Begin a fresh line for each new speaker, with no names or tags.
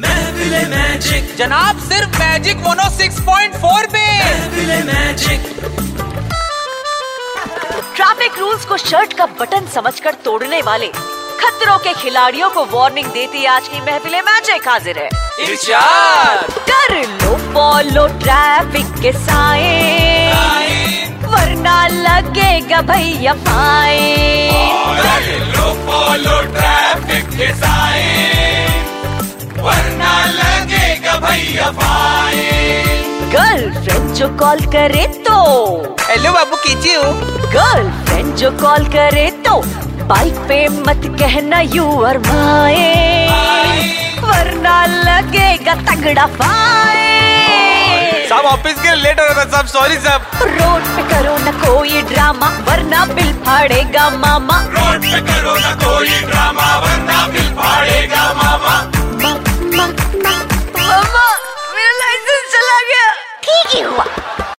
महफिले magic
जनाब सिर्फ magic मोनो 6.4 पे
महफिले मैजिक
ट्रैफिक रूल्स को शर्ट का बटन समझकर तोड़ने वाले खतरों के खिलाड़ियों को वार्निंग देती आज की महफिले मैजिक हाजिर है
इरशाद
कर लो फॉलो ट्रैफिक के साए वरना लगेगा भैया फाइन
लो फॉलो ट्रैफिक के साइन वरना लगेगा भैया फाइन
गर्लफ्रेंड जो कॉल करे तो
हेलो बाबू कीजिए
गर्लफ्रेंड जो कॉल करे तो बाइक पे मत कहना यू और माए वरना लगेगा तगड़ा फाइन
साहब ऑफिस के लेट हो रहा था साहब सॉरी साहब
रोड पे करो न कोई ड्रामा वरना बिल फाड़ेगा मामा
रोड पे करो ना कोई ड्रामा वरना बिल फाड़ेगा मामा
मामा मेरा लाइसेंस चला गया ठीक ही हुआ